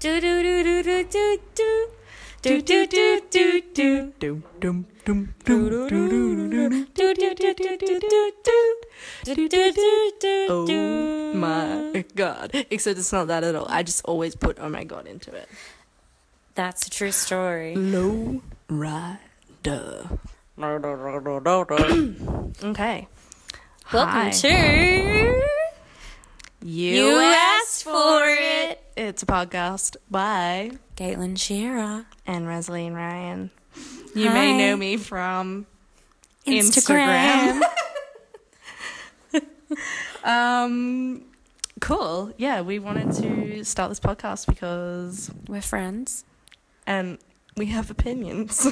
Do do do do do do do. Do do do do do. Dum, dum, dum, Do dum, do dum, do do dum, do. dum. Do do do do do do do. Do do do do Oh do. my god. Except it's not that at all. I just always put oh my god into it. That's a true story. Low rider. Okay. Hi. Welcome to You Asked For It. It's a podcast by Caitlin Shearer. and Resley and Ryan. You may Hi. know me from Instagram. um cool. Yeah, we wanted to start this podcast because We're friends. and we have opinions.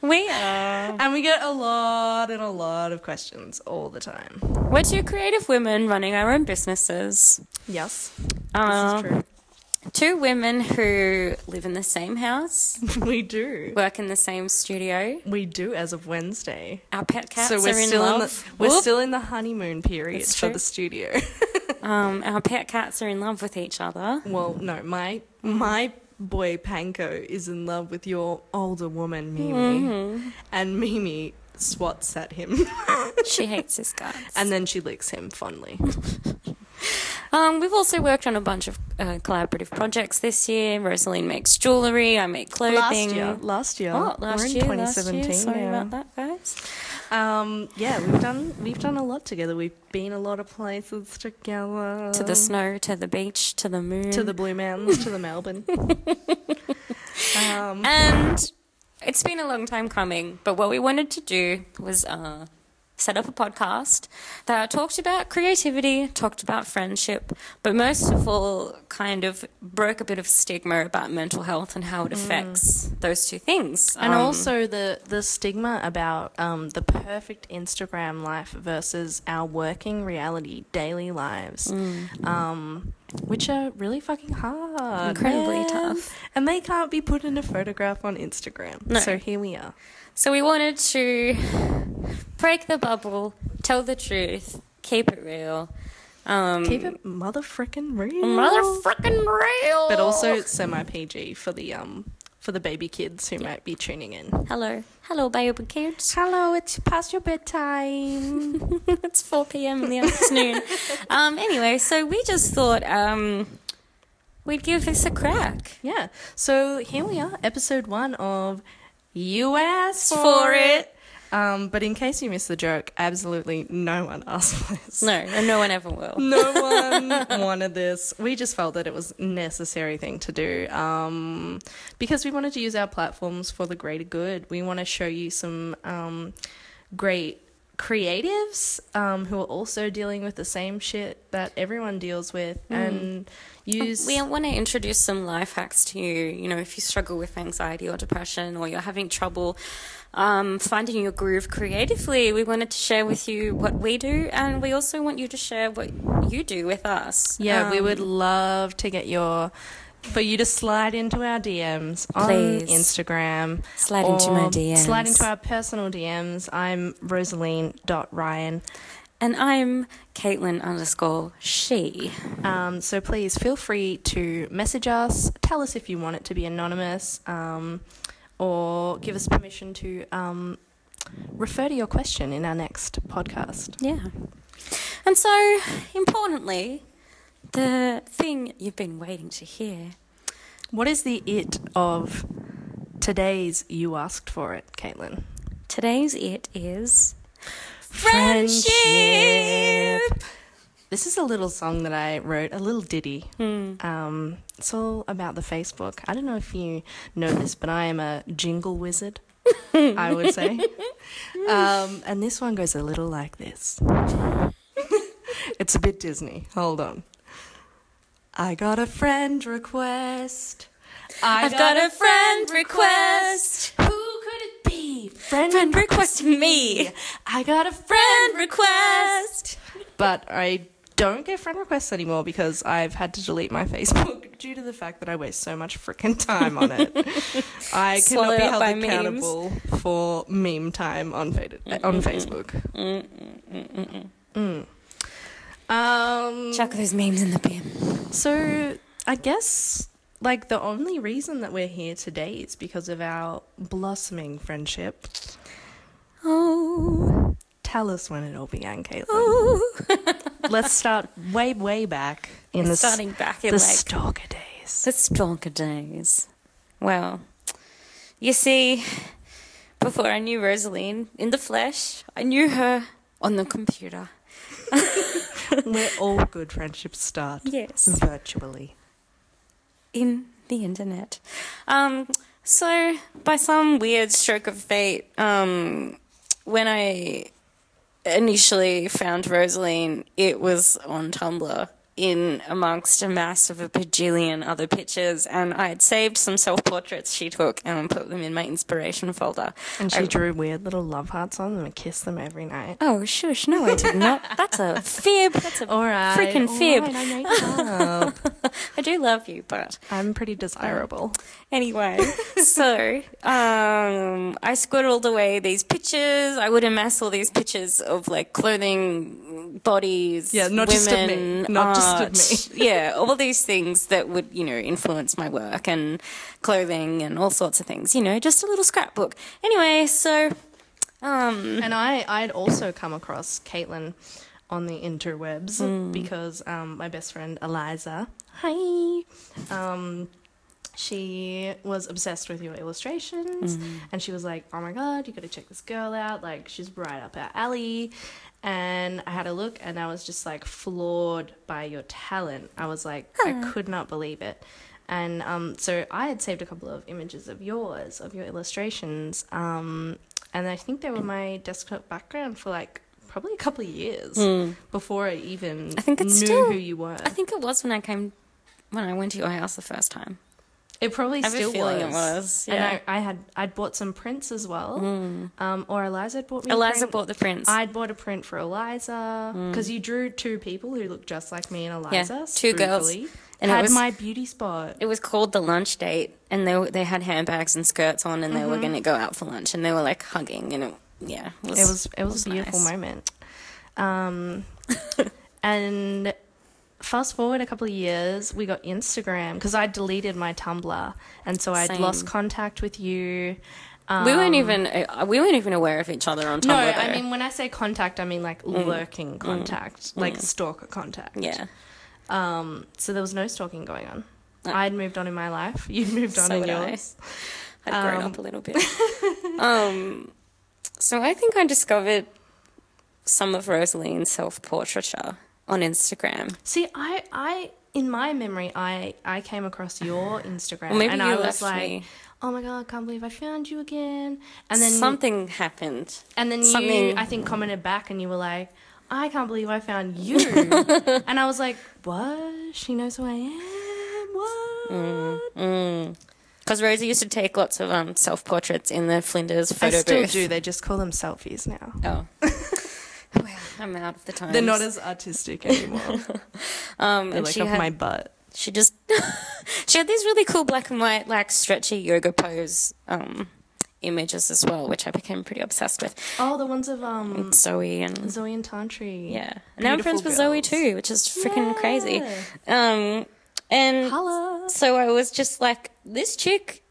We are. and we get a lot and a lot of questions all the time. We're two creative women running our own businesses. Yes. Um, this Two women who live in the same house, is true. we do. work in the same studio. We do as of Wednesday. Our pet cats so we're are in still in the love. we're Whoop. still in the honeymoon period It's for true. the studio. um, our pet cats are in love with each other. well, no, my my boy Panko is in love with your older woman Mimi, and Mimi swats at him, She hates his guts. and then she licks him fondly. Um, we've also worked on a bunch of uh, collaborative projects this year. Rosaline makes jewelry. I make clothing. last year, last year, Oh, last we're in year, last year. 2017. Sorry now. about that, guys. Um, yeah, we've done we've done a lot together. We've been a lot of places together. To the snow, to the beach, to the moon, Um, to the Blue Mountains, to the Melbourne. um, And it's been a long time coming, but what we wanted to do was uh, set up a podcast that talked about creativity, talked about friendship, but most of all, kind of broke a bit of stigma about mental health and how it affects those two things. Mm. and Um, also the the stigma about um, the perfect Instagram life versus our working reality daily lives, um, which are really fucking hard, Incredibly man. tough. and they can't be put in a photograph on Instagram. No. So here we are. so we wanted to break the bubble, tell the truth, keep it real. Um, Keep it mother frickin' real, Motherfucking real. Mm. but also semi PG for the um for the baby kids who might be tuning in. hello, hello, baby kids. Hello, it's past your bedtime. it's 4 p.m. in the afternoon. um, anyway, so we just thought um, we'd give this a crack. yeah, so here we are, episode one of You Asked For for It. Um, but in case you missed the joke, absolutely no one asked for this. No, and no one ever will. No one wanted this. We just felt that it was a necessary thing to do um, because we wanted to use our platforms for the greater good. We want to show you some um, great creatives um, who are also dealing with the same shit that everyone deals with Mm. and use. We want to introduce some life hacks to you. You know, if you struggle with anxiety or depression, or you're having trouble um, finding your groove creatively, we wanted to share with you what we do, and we also want you to share what you do with us. yeah, we Um, would love to get your. For you to slide into our DMs on Please. Instagram. Slide into my or Slide DMs. into our personal DMs. I'm rosaline.ryan. And I'm Caitlin underscore she. Um, so please feel free to message us. Tell us if you want it to be anonymous, um, or give us permission to um, refer to your question in our next podcast. Yeah. And so, importantly, the thing you've been waiting to hear. What is the it of today's "You Asked for It," Caitlin? Today's it is This is a little song that I wrote, a little ditty. Hmm. Um, it's all about the Facebook. I don't know if you know this, but I am a jingle wizard, I would say. Um, and this one goes a little like this it's a bit Disney. Hold on. I got a friend request. I I've got a friend request. Who could it be? Friend, Friend request me. I got a friend Friend request request. but I don't get friend requests anymore because I've had to delete my Facebook due to the fact that I waste so much freaking time on it. I Swallowed cannot be up held by memes. accountable for meme time on fa- on Facebook. Mm. Um, Chuck those memes in the bin. so I guess like the only reason that we're here today is because of our blossoming friendship. Oh, Tell us when it all began, Caitlin. oh. Let's start way, way back in the, s- starting back in the like stalker days. The stronger days. Well, you see, before I knew Rosaline in the flesh, I knew her on the computer. Where all good friendships start. Yes. Virtually. In the internet. Um, so, by some weird stroke of fate, um, when I initially found Rosaline, it was on Tumblr in amongst a mass of a bajillion other pictures, and I had saved some self portraits she took and put them in my inspiration folder. And I- she drew weird little love hearts on them and kissed them every night. Oh, shush. No, I did not. That's a fib. That's a All right. freaking all fib. right, I make it up. I do love you, but I'm pretty desirable. anyway. so, um, I squirreled away these pictures. I would amass all these pictures of like clothing, bodies, Yeah, not just of me. women, Not just of art, me. yeah, all these things that would, you know, influence my work and clothing and all sorts of things. You know, just a little scrapbook. Anyway, so, um, And I, I'd also come across Caitlin on the interwebs because um, my best friend Eliza, hi, um, she was obsessed with your illustrations Mm-hmm. and she was like, oh my god, you gotta check this girl out. Like, she's right up our alley. And I had a look and I was just like floored by your talent. I was like, I could not believe it. And um, so I had saved a couple of images of yours, of your illustrations. Um, and I think they were my desktop background for like probably a couple of years before I even Hmm. I think it's knew still- who you were. I think it was when I came, when I went to your house the first time. It probably I have a still feeling was. it was, yeah. Hmm. And I, I had I'd bought some prints as well. Um, or Eliza had bought me. Eliza a print. bought the prints. Hmm. I'd bought a print for Eliza because you drew two people who looked just like me and Eliza. two girls. spookily. And it had was- my beauty spot. it was called the lunch date, and they were- they had handbags and skirts on, and they were going to go out for lunch, and they were like hugging, and it, yeah, it was Mm-hmm. It was it was, a beautiful nice. moment. Um, and fast forward a couple of years, we got Instagram because I deleted my Tumblr, and so I'd lost Same. contact with you. We weren't even uh, we weren't even aware of each other on Tumblr. Um, No, though. Mm. I mean when I say contact, I mean like lurking contact, like stalker contact. yeah, Um, so there was no stalking going on. I'd moved on in my life. You'd moved on So in would I. yours. I'd grown up a little bit. um, so I think I discovered some of Rosaline's self portraiture on Instagram. See, I, I, in my memory, I, I came across your Instagram, Well, maybe and you I left was like, me. "Oh my god, I can't believe I found you again!" And then, Something happened. and then you, something- I think, commented back, and you were like, "I can't believe I found you," and I was like, "What? She knows who I Mm. am? What?" Because Rosie used to take lots of um, self portraits in the Flinders I photo still booth. do. They just call them selfies now. Oh. well, I'm out of the time. They're not as artistic anymore. Um, They're and like she, off had, my butt. she just she had these really cool black and white, like stretchy yoga pose um, images as well, which I became pretty obsessed with. Oh, the ones of um Zoe and Zoe and Tantri. yeah, and now I'm friends Beautiful with Zoe girls. too, which is freaking Yeah. crazy. Um, and Holla. so I was just like, this chick,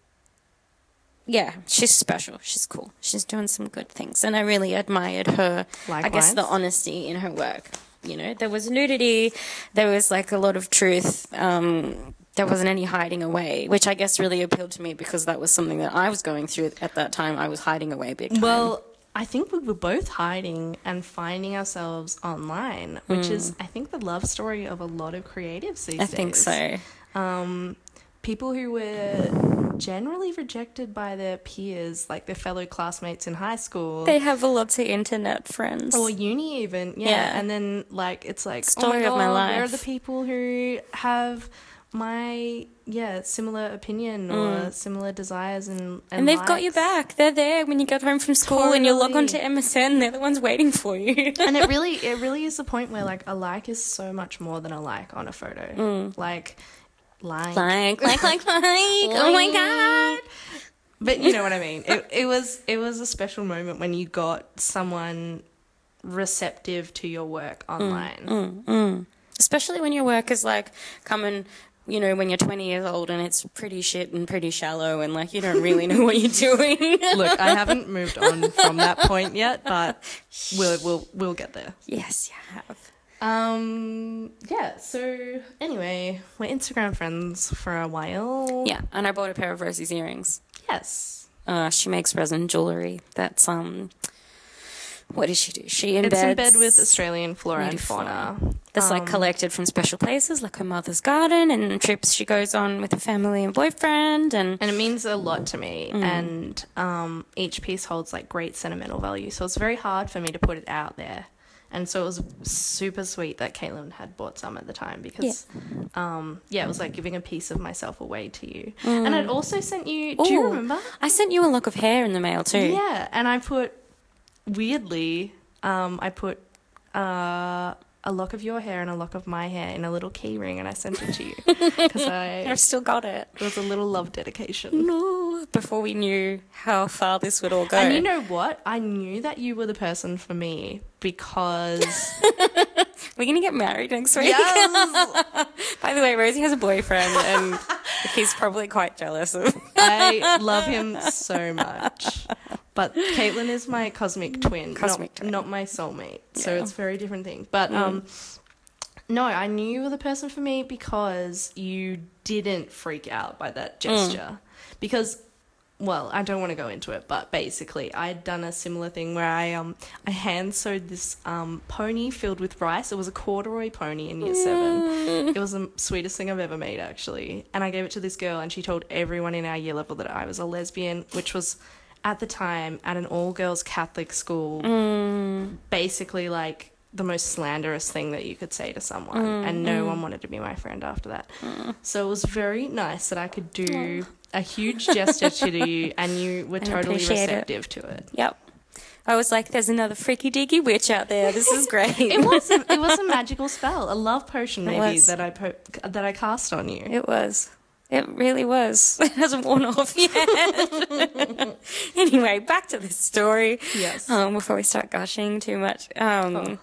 yeah, she's special. She's cool. She's doing some good things. And I really admired her, I guess, Likewise. the honesty in her work. You know, there was nudity, there was like a lot of truth. Um, there wasn't any hiding away, which I guess really appealed to me because that was something that I was going through at that time. I was hiding away big time. Well, I think we were both hiding and finding ourselves online, which is, I think, the love story of a lot of creatives these I days. think so. Um, people who were generally rejected by their peers, like their fellow classmates in high school. They have a lot of internet friends. or uni even yeah. Yeah. and then like it's like Story oh of my my God, where are life. the people who have my yeah similar opinion or similar desires and and, Mm. and they've got your likes? back. They're there when you get home from school and you log on to Totally. MSN. They're the ones waiting for you. and it really it really is the point where like a like is so much more than a like on a photo like like like, like, like, like. Mm. oh my god. but you know what i mean it, it was it was a special moment when you got someone receptive to your work Mm. online. especially when your work is like come and you know when you're 20 years old and it's pretty shit and pretty shallow and like you don't really know what you're doing Look, I haven't moved on from that point yet, but we'll we'll we'll get there. yes you have Um yeah, so anyway, we're Instagram friends for a while. yeah and i bought a pair of rosie's earrings Yes. uh, she makes resin jewelry that's um what does she do she embeds It's in bed with Australian flora and native fauna. that's like collected from special places like her mother's garden and trips she goes on with her family and boyfriend and And it means a lot to me. And um, each piece holds like great sentimental value. So it's very hard for me to put it out there. And so it was super sweet that Caitlin had bought some at the time because, um, yeah, it was like giving a piece of myself away to you. And I'd also sent you, do you Ooh, remember? i sent you a lock of hair in the mail too Yeah. And I put, weirdly, um, I put uh, a lock of your hair and a lock of my hair in a little key ring and I sent it to you because I, i've still got it it was a little love dedication. No, before we knew how far this would all go. And you know what? I knew that you were the person for me because We're going to get married next week. yes, By the way, Rosie has a boyfriend and he's probably quite jealous of. I love him so much. But Caitlin is my cosmic twin, Cosmic not, twin. not my soulmate. So Yeah. Mm. it's a very different thing. But um, no, I knew you were the person for me because you didn't freak out by that gesture. Mm. Because well, I don't want to go into it, but basically, I had done a similar thing where I um I hand sewed this um pony filled with rice. It was a corduroy pony in year seven. It was the sweetest thing I've ever made, actually. And I gave it to this girl, and she told everyone in our year level that I was a lesbian, which was at the time at an all girls Catholic school, basically like the most slanderous thing that you could say to someone, Mm-hmm, and no one wanted to be my friend after that. Mm. So it was very nice that I could do a huge gesture to you, and you were totally appreciate it. receptive to it. Yep. I was like, there's another freaky deaky witch out there. This is great. It was a, it was a magical spell, a love potion maybe was. that I po- that I cast on you. It was. It really was. It hasn't worn off yet. anyway, back to the story. Yes. Oh. Um, before we start gushing too much. Um,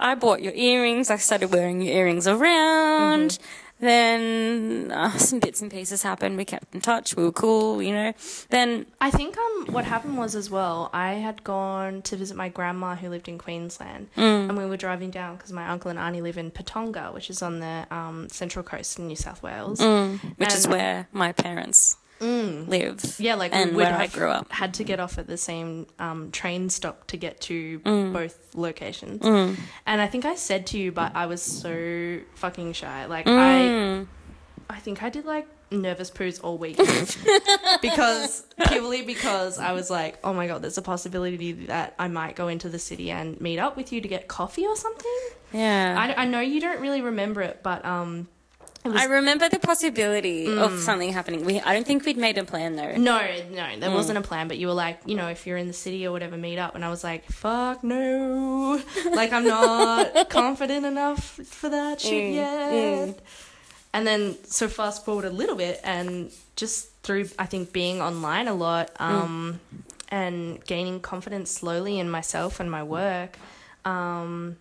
I bought your earrings. I started wearing your earrings around. Mm-hmm. Then uh, some bits and pieces happened. We kept in touch. We were cool, you know. Then I think um what happened was as well. I had gone to visit my grandma who lived in Queensland, Mm. and we were driving down because my uncle and auntie live in Patonga, which is on the um, central coast in New South Wales. Mm. which is And- Mm. where my parents live. Yeah, like and we would where I have grew up. had to get off at the same um, train stop to get to Mm. both locations. And I think I said to you, but I was so fucking shy. Like Mm. I, I think I did like nervous poos all week because purely because I was like, oh my god, there's a possibility that I might go into the city and meet up with you to get coffee or something. Yeah. I, I know you don't really remember it, but um, I remember the possibility Mm. of something happening. We, I don't think we'd made a plan though. No, no, there wasn't a plan, but you were like, you know, if you're in the city or whatever, meet up. And I was like, fuck no. Like, I'm not confident enough for that shit yet. And then, so fast forward a little bit, and just through, I think, being online a lot um, and gaining confidence slowly in myself and my work, um,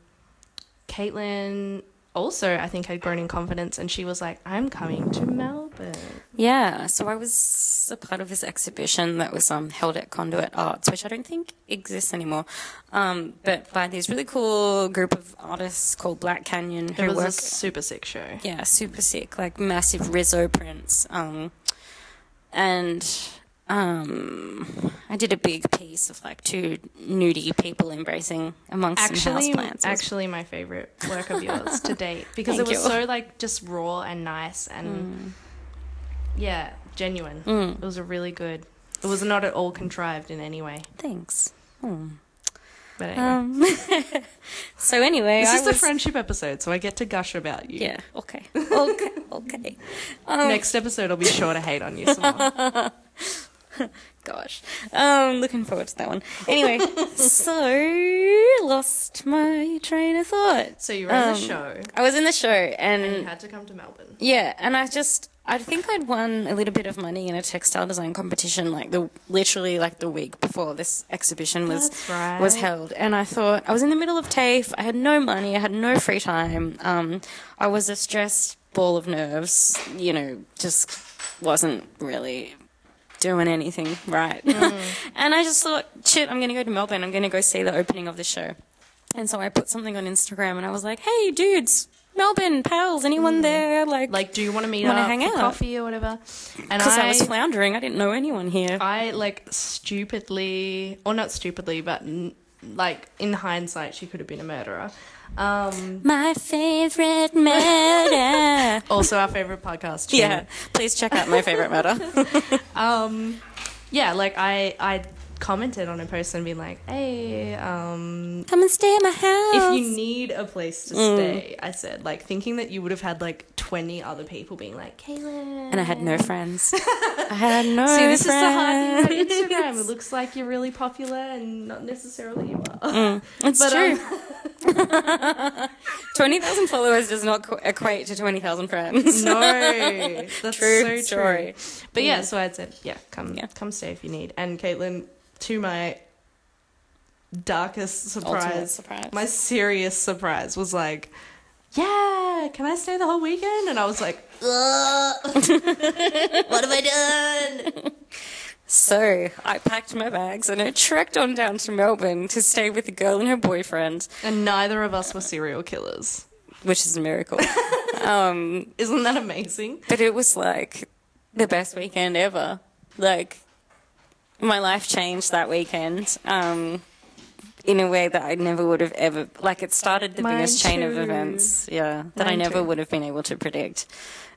Caitlin also, I think, had grown in confidence, and she was like, I'm coming to Melbourne. Yeah, so I was a part of this exhibition that was um, held at Conduit Arts, which I don't think exists anymore, um, but by this really cool group of artists called Black Canyon It who was a work. super sick show. Yeah, super sick, like massive Rizzo prints. Um, and um, I did a big piece of like two nudie people embracing amongst actually, some houseplants. It was actually my favorite work of yours to date because it Thank was you. Mm. so like just raw and nice and yeah, genuine. It was a really good. It was not at all contrived in any way. Thanks. Hmm. But anyway. Um, so anyway, this I is the was- friendship episode, so I get to gush about you. Yeah. Um, Okay. Okay. okay. Um, Next episode, I'll be sure to hate on you. Some more. Gosh. Um, looking forward to that one. Anyway, so lost my train of thought. So you were in the Um, show. I was in the show You and had to come to Melbourne. yeah, and I just I think I'd won a little bit of money in a textile design competition like the literally like the week before this exhibition was That's right. was held. And I thought I was in the middle of TAFE, I had no money, I had no free time. Um, I was a stressed ball of nerves, you know, just wasn't really doing anything right. Mm. and I just thought, shit, I'm going to go to Melbourne. I'm going to go see the opening of the show. And so I put something on Instagram and I was like, hey, dudes, Melbourne, pals, anyone there? Like, Mm. Like, do you want to meet Wanna up hang for out? coffee or whatever? And because I, was floundering. I didn't know anyone here. I like stupidly, or not stupidly, but n- like in hindsight, she could have been a murderer. Um, My favorite murder. also, our favorite podcast. Jane. yeah, please check out my favorite murder. Um, yeah. Like I, I commented on a post and been like, "Hey, um, Come and stay at my house. if you need a place to Mm. stay," I said, like thinking that you would have had like twenty other people being like, "Caleb." and I had no friends. I had no See, this is the friends. hard thing about Instagram. It looks like you're really popular, and not necessarily you are. Mm. It's But, um, true. 20,000 followers does not qu- equate to 20,000 friends. No, that's True so true. Mm. story. But yeah, so I'd said, yeah, come, Yeah. come stay if you need. And Caitlin, to my darkest Ultimate surprise, surprise. my serious surprise, was like, yeah, can I stay the whole weekend? And I was like, "Ugh, what have I done? So I packed my bags and I trekked on down to Melbourne to stay with a girl and her boyfriend, And neither of us were serial killers. which is a miracle. Isn't that amazing? but it was like the best weekend ever. Like my life changed that weekend. Um, in a way that I never would have ever like it started the Mine biggest chain of too. events, yeah, that I Mine never too. would have been able to predict.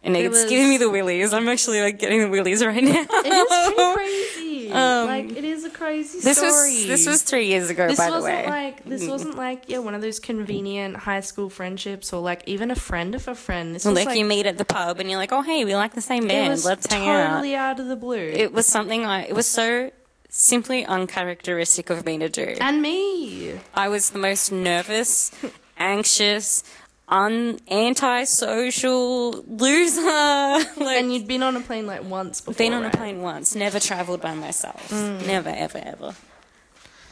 And It it's was- giving me the willies. I'm actually like getting the willies right now. It is pretty crazy. Um, like it is a crazy this story. was this was three years ago, this by the way. wasn't like this wasn't like yeah one of those convenient high school friendships or like even a friend of a friend. This was like, like, you meet at the pub and you're like, oh hey, we like the same it band, was let's hang out. totally out. of the blue. It was something I. It was so simply uncharacteristic of me to do. and me, I was the most nervous, anxious, un antisocial loser. like, and you'd been on a plane like once before. been on right? a plane once, never travelled by myself, Mm. never ever ever.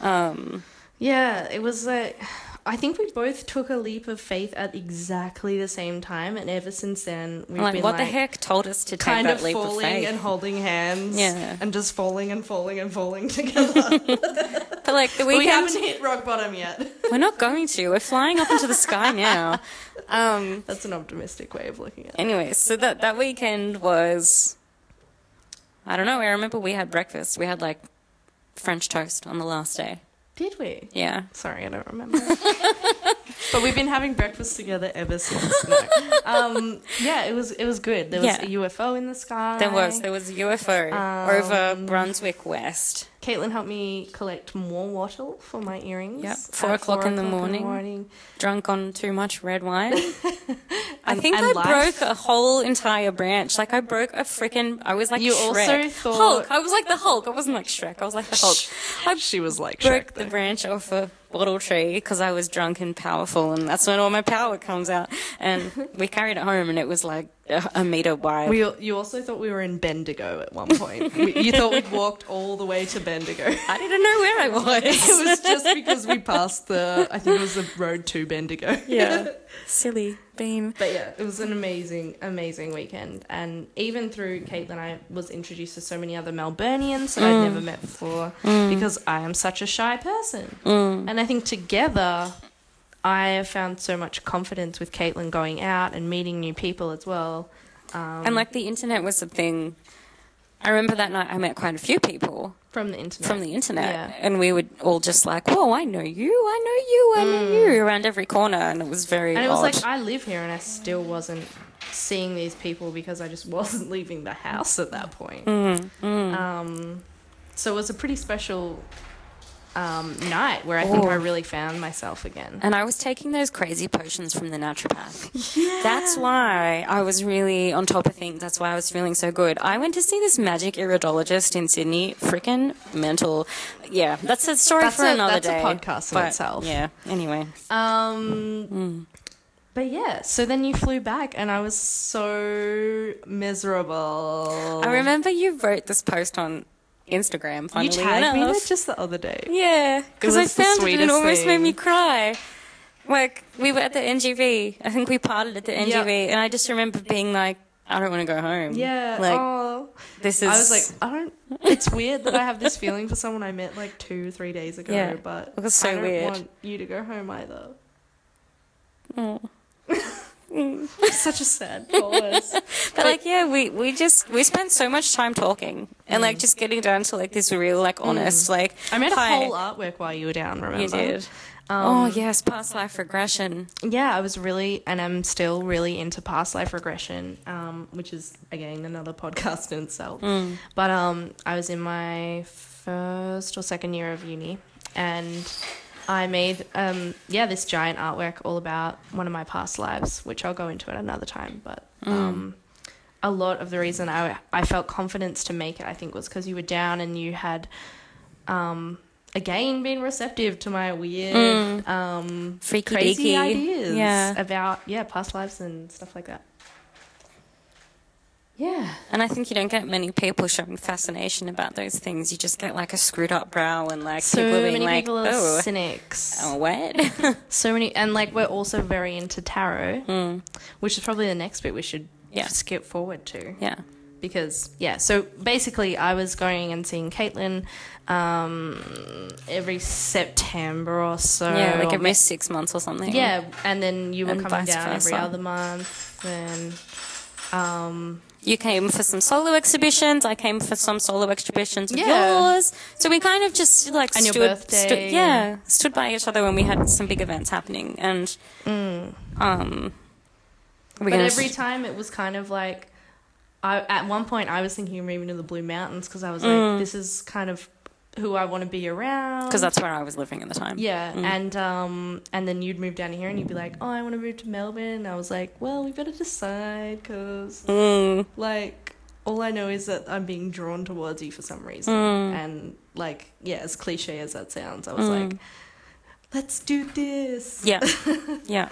Um, Yeah, it was like I think we both took a leap of faith at exactly the same time, and ever since then we've like been what the like heck told us to take kind that of leap of falling faith? and holding hands. Yeah. and just falling and falling and falling together. but like the we weekend, haven't hit rock bottom yet. we're not going to. We're flying up into the sky now. Um, That's an optimistic way of looking at it. Anyway, so that that weekend was I don't know, I remember we had breakfast. We had like French toast on the last day. Did we? Yeah. Sorry, I don't remember. but we've been having breakfast together ever since. No. Um, yeah, it was it was good. There was Yeah. a UFO in the sky. There was there was a UFO Um, over Brunswick West. Caitlin helped me collect more wattle for my earrings. Yep, at four o'clock in the morning. Drunk on too much red wine. I And- think and I life. broke a whole entire branch. Like I broke a freaking I was like You also Shrek. thought- Hulk. I was like the Hulk. I wasn't like Shrek. I was like the Hulk. I She was like, broke Shrek, the though. branch off a bottle tree because I was drunk and powerful, and that's when all my power comes out. And we carried it home, and it was like a, a meter wide. we, you also thought we were in Bendigo at one point. We- you thought we'd walked all the way to Bendigo. I didn't know where I was. It was just because we passed the, I think it was the road to Bendigo. yeah, silly bean. But yeah, it was an amazing, amazing weekend. And even through Caitlin, I was introduced to so many other Melburnians that I'd never met before because I am such a shy person. And I think together, I have found so much confidence with Caitlin going out and meeting new people as well. Um, And like the internet was a thing. I remember that night I met quite a few people from the internet. from the internet, Yeah. and we would all just like, "Whoa, I know you! I know you! I know you!" around every corner, and it was very. Mm. and it was odd. like, I live here and I still wasn't seeing these people because I just wasn't leaving the Mm, house at that point. Um, so it was a pretty special um, night where I think I really found myself again. And I was taking those crazy potions from the naturopath. That's why I was really on top of things. That's why I was feeling so good. I went to see this magic iridologist in Sydney. Freaking mental. Yeah, that's a story That's for a- another that's a day. podcast in But, itself. Yeah. Anyway, Um, But yeah, so then you flew back, and I was so miserable. I remember you wrote this post on Instagram. Funnily you tagged me in enough. it just the other day. Yeah, because I was the found it and it sweetest almost made me thing. cry. Like we were at the NGV. I think we parted at the NGV, and I just remember being like, "I don't want to go home." Yeah, Oh, like aw. this I is. was like, I don't. It's weird that I have this feeling for someone I met like two, three days ago, Yeah, but it was so I don't weird. want you to go home either. Mm. Such a sad pause. but like, yeah, we we just we spent so much time talking and like just getting down to like this real, like honest, like Mm. I made hi. a whole um, artwork while you were down. Remember? You did. oh yes, past life regression. yeah, I was really, and I'm still really into past life regression, um, which is again another podcast in itself. But um, I was in my first or second year of uni, and I made um, yeah this giant artwork all about one of my past lives, which I'll go into at another time. But um, a lot of the reason I I felt confidence to make it, I think, was because you were down and you had. Um, again been receptive to my weird um Freaky crazy deaky. ideas Yeah. about yeah past lives and stuff like that. Yeah, And I think you don't get many people showing fascination about those things. You just get like a screwed up brow and like so people being many like, people are oh, cynics. oh, what? So many, and like we're also very into tarot, which is probably the next bit we should Hmm. Yeah. skip forward to yeah. because yeah. So basically, I was going and seeing Caitlin um, every September or so. Yeah, like or every six months or something. yeah, and then you were And coming vice down every versa. other month and. You came for some solo exhibitions. I came for some solo exhibitions with Yeah. yours. So we kind of just like And your stood, birthday. stood, yeah, stood by each other when we had some big events happening. And um, we Mm. But every time it was kind of like, I at one point I was thinking of moving to the Blue Mountains because I was like, this is kind of who I want to be around. because that's where I Mm. was living at the time. yeah, and um, and then you'd move down here and you'd be like, oh, I want to move to Melbourne. And I was like, well, we better decide because Mm. like all I know is that I'm being drawn towards you for some reason. And like, yeah, as cliche as that sounds, I was like, let's do this. Yeah. yeah.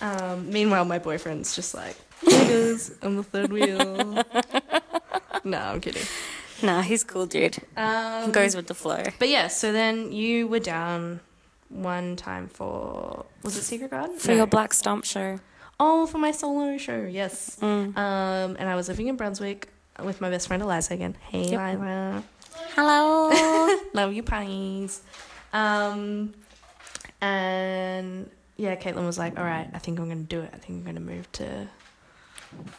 Um, meanwhile, my boyfriend's just like, "Niggas, I'm the third wheel. no, I'm kidding. Nah, he's cool, dude. Um, Goes with the flow. but yeah, so then you were down one time for was it Secret Garden? For No. your Black Stump show. oh, for my solo show, yes. Mm. Um, and I was living in Brunswick with my best friend Eliza again. Hey, Yep. Eliza. Hello. Love you, pies. Um, and yeah, Caitlin was like, "All right, I think I'm gonna do it. I think I'm gonna move to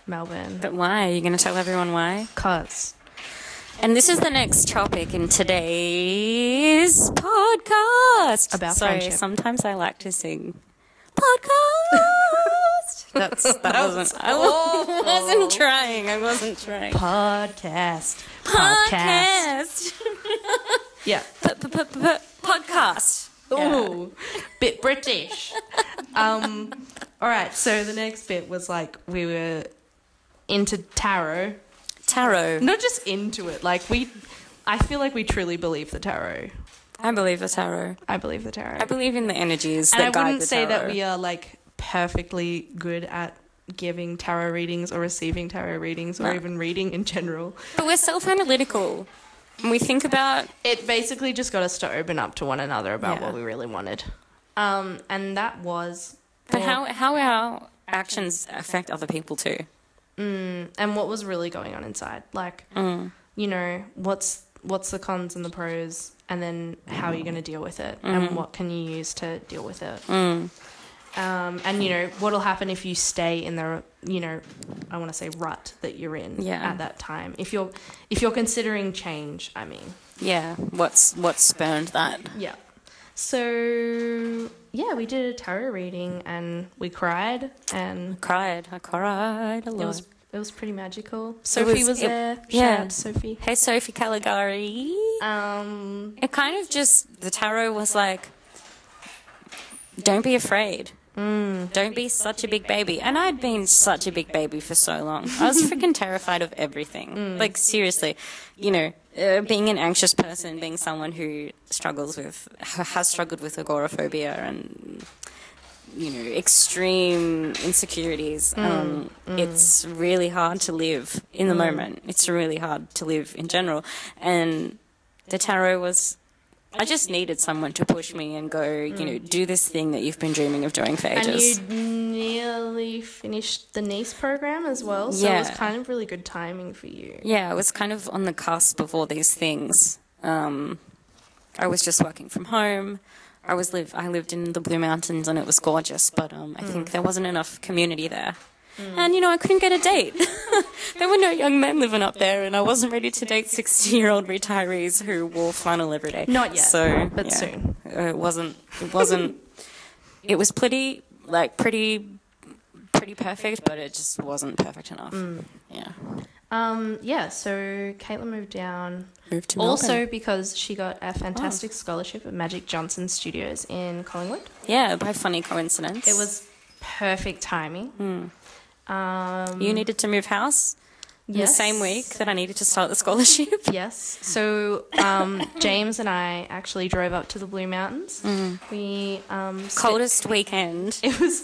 Melbourne." but why? Are you going to tell everyone why? Cause And this is the next topic in today's podcast. About Sorry, friendship. sometimes I like to sing podcast. That's that, wasn't I oh. wa- wasn't trying. I wasn't trying. podcast. Podcast. Yeah. P-p-p-p- Podcast. Ooh. Bit British. um all right, so the next bit was like we were into tarot. Tarot. Not just into it, like we I feel like we truly believe the tarot. I believe the tarot. I believe the tarot. I believe in the energies and I that guide wouldn't the say that tarot. we are like perfectly good at giving tarot readings or receiving tarot readings or No. even reading in general. But we're self-analytical. And we think about it basically just got us to open up to one another about Yeah. what we really wanted. Um, and that was. but how how our actions affect other people too. and what was really going on inside like Mm. you know what's what's the cons and the pros and then how are you going to deal with it Mm. and what can you use to deal with it um, and you know what'll happen if you stay in the you know i want to say rut that you're in Yeah. at that time if you're if you're considering change i mean Yeah, what's what spurned that? yeah so yeah we did a tarot reading and we cried and Cried, I cried a lot. it was It was pretty magical. Sophie Sophie was- was, it- there. yeah. Shout out to Sophie. Hey, Sophie Caligari. Um, It kind of just, the tarot was like, don't be afraid. Don't be such a big baby. And I'd been such a big baby for so long. I was freaking terrified of everything. Mm. Like, seriously, you know, uh, being an anxious person, being someone who struggles with, has struggled with agoraphobia and, you know, extreme insecurities, Mm. um, it's really hard to live in the moment. It's really hard to live in general. And the tarot was I just needed someone to push me and go, you know, do this thing that you've been dreaming of doing for Mm. and ages. you nearly finished the niece program as well, so it was Yeah. kind of really good timing for you. yeah, I was kind of on the cusp of all these things. Um, I was just working from home. I was live. I lived in the Blue Mountains and it was gorgeous, but um, I Mm. think there wasn't enough community there. And you know, I couldn't get a date. there were no young men living up there, and I wasn't ready to date sixty-year-old retirees who wore flannel every day. Not yet, so but yeah. soon. Uh, It wasn't. It wasn't. it was pretty, like pretty, pretty perfect, but it just wasn't perfect enough. Mm. Yeah. Um, yeah, so Caitlin moved down. Moved to Also, because she got a fantastic Oh. scholarship at Magic Johnson Studios in Collingwood. Yeah, by funny coincidence. It was perfect timing. Mm. Um, You needed to move house in the same yes. week that I needed to start the scholarship. Yes. So um, James and I actually drove up to the Blue Mountains. Mm. We um, spent- Coldest weekend. It was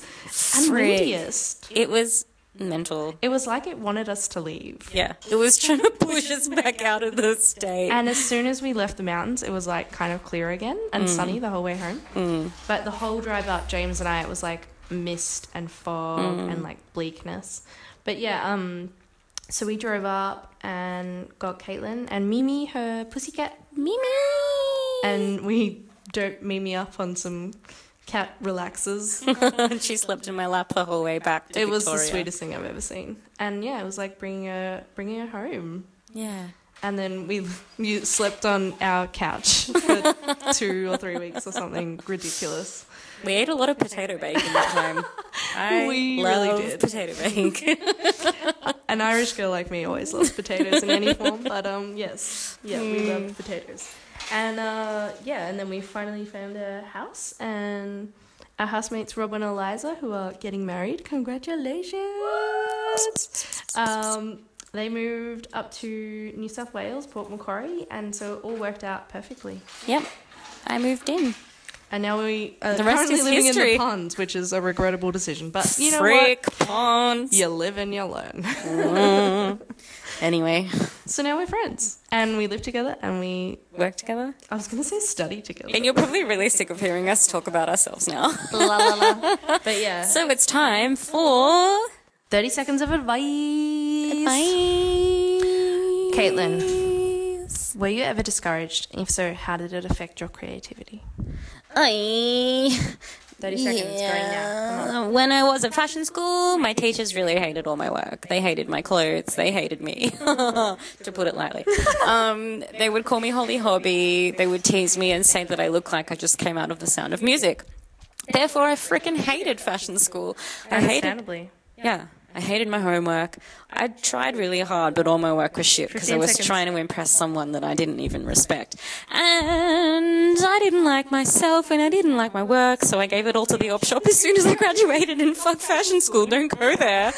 and Frig. windiest. It was mental. It was like it wanted us to leave. Yeah, it was trying to push us back out of the state. And as soon as we left the mountains, it was like kind of clear again Mm. and sunny the whole way home. But the whole drive up, James and I, it was like mist and fog Mm. and like bleakness. But yeah, um, so we drove up and got Caitlin and Mimi, her pussycat Mimi. and we dope Mimi up on some cat relaxes. And she slept in my lap the whole way back. To it was the Victoria. sweetest thing I've ever seen. And yeah, it was like bringing her bringing her home. Yeah. And then we you slept on our couch for two or three weeks or something ridiculous. We ate a lot of potato bake in that time. I We really love did. potato bake. An Irish girl like me always loves potatoes in any form, but um, yes, yeah, we love potatoes. And uh, yeah, and then we finally found a house, and our housemates Rob and Eliza, who are getting married, congratulations! Um, they moved up to New South Wales, Port Macquarie, and so it all worked out perfectly. yep. I moved in. And now we are The rest currently is living history. in the ponds, which is a regrettable decision, but you know what? Frick ponds. You live and you learn. Mm. Anyway, So now we're friends, and we live together, and we. work together. I was gonna say study together. And you're probably really sick of hearing us talk about ourselves now. la, la, la. But yeah, so it's time for thirty seconds of advice. advice. Caitlin. Were you ever discouraged? And If so, how did it affect your creativity? I. 30 seconds, going now, come When I was at fashion school, my teachers really hated all my work. They hated my clothes. They hated me, to put it lightly. Um, they would call me Holly Hobby. They would tease me and say that I look like I just came out of the sound of music. Therefore, I freaking hated fashion school. I hated, Understandably. yeah, I hated my homework. I tried really hard, but all my work was shit because I 15 was seconds. trying to impress someone that I didn't even respect. And I didn't like myself and I didn't like my work, so I gave it all to the op shop as soon as I graduated and fuck fashion school. Don't go there.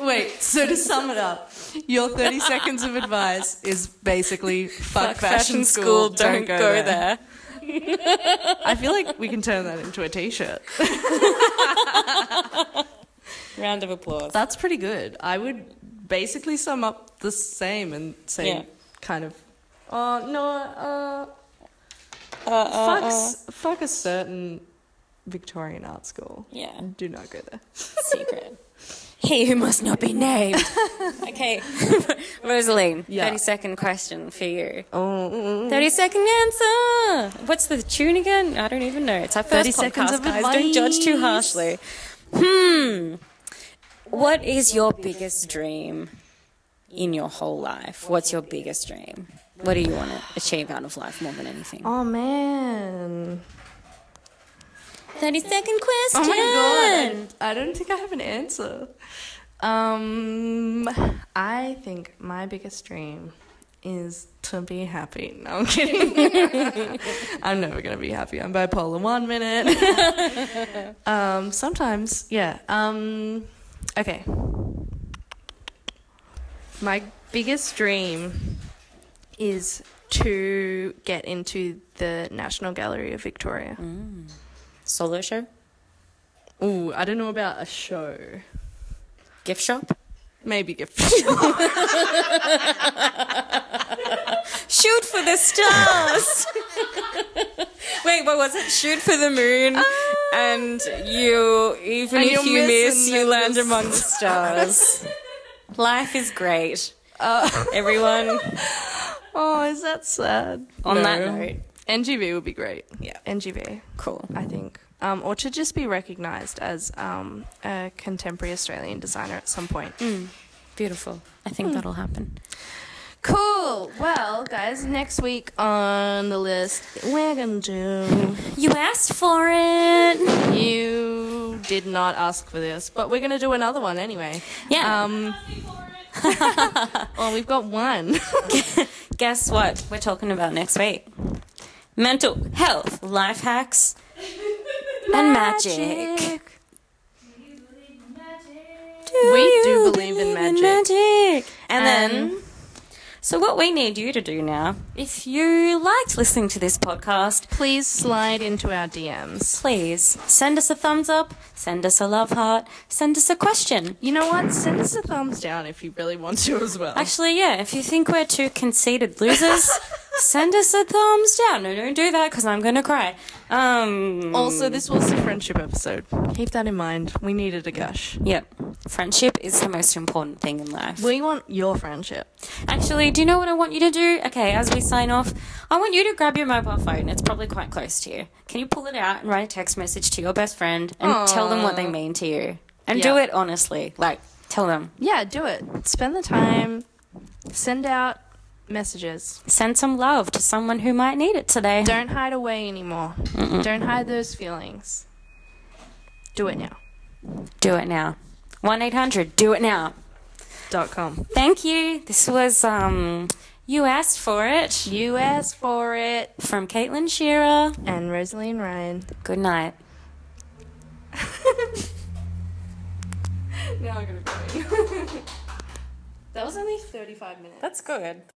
Wait. So to sum it up, your thirty seconds of advice is basically fuck, don't, go, there. I feel like we can turn that into a t-shirt. Round of applause. That's pretty good. I would basically sum up the same and say Yeah. kind of. Uh, no, uh, Uh, uh, fuck, uh, s fuck a certain Victorian art school. yeah, Do not go there. secret. He who must not be named. Okay, Rosaline, Yeah. 30 second question for you. Oh, 30 second answer. What's the tune again? I don't even know. It's our first 30 podcast, seconds of guys. Don't judge too advice. harshly. Hmm. What is your biggest dream in your whole life? What's your biggest dream? What do you Oh. want to achieve out of life more than anything? oh man. 30 second question. Oh my god! I don't think I have an answer. Um, I think my biggest dream is to be happy. No, I'm kidding. I'm never gonna be happy. I'm bipolar one minute. um, sometimes, yeah. Um, okay. My biggest dream is to get into the National Gallery of Victoria. Solo show? Ooh, I don't know about a show. Gift shop? Maybe gift. Shoot for the stars! Wait, what was it? Shoot for the moon. and you, even And if you you miss miss, and you then land miss. among the stars. Ah. Life is great. Everyone, oh, is that sad? On that note. NGV would be great. Yeah. NGV, cool. I think. Um, or to just be recognised as um, a contemporary Australian designer at some point. Beautiful. I think that'll happen. Cool. Well, guys, next week on the list, we're going to You asked for it. do. You did not ask for this, but we're going to do another one anyway. Yeah. Um, well, we've got one. Guess what we're talking about next week? Mental health, life hacks, and magic. We do you believe in magic. magic. And then, Um, so what we need you to do now, if you liked listening to this podcast, Please slide into our DMs. please send us a thumbs up, send us a love heart, send us a question. You know what? Send us a thumbs down if you really want to as well. Actually, yeah, if you think we're two conceited losers, send us a thumbs down. No, don't do that because I'm going to cry. Um, Also, this was a friendship episode. Keep that in mind. We needed a gush. Yep. Friendship is the most important thing in life. We want your friendship. Actually, do you know what I want you to do? Okay, as we sign off, I want you to grab your mobile phone. It's probably quite close to you. Can you pull it out and write a text message to your best friend and tell them what they mean to you? And do Yeah. it honestly. Like, tell them. Yeah, do it. Spend the time. Send out messages. Send some love to someone who might need it today. Don't hide away anymore. Don't hide those feelings. Do it now. Do it now. 1 800, do it now. Dot com. Thank you. This was, um, You Asked For It You asked for it. from Caitlin Shearer. And Rosalie and Ryan. Good night. Now I'm gonna cry. that was only 35 minutes. That's good.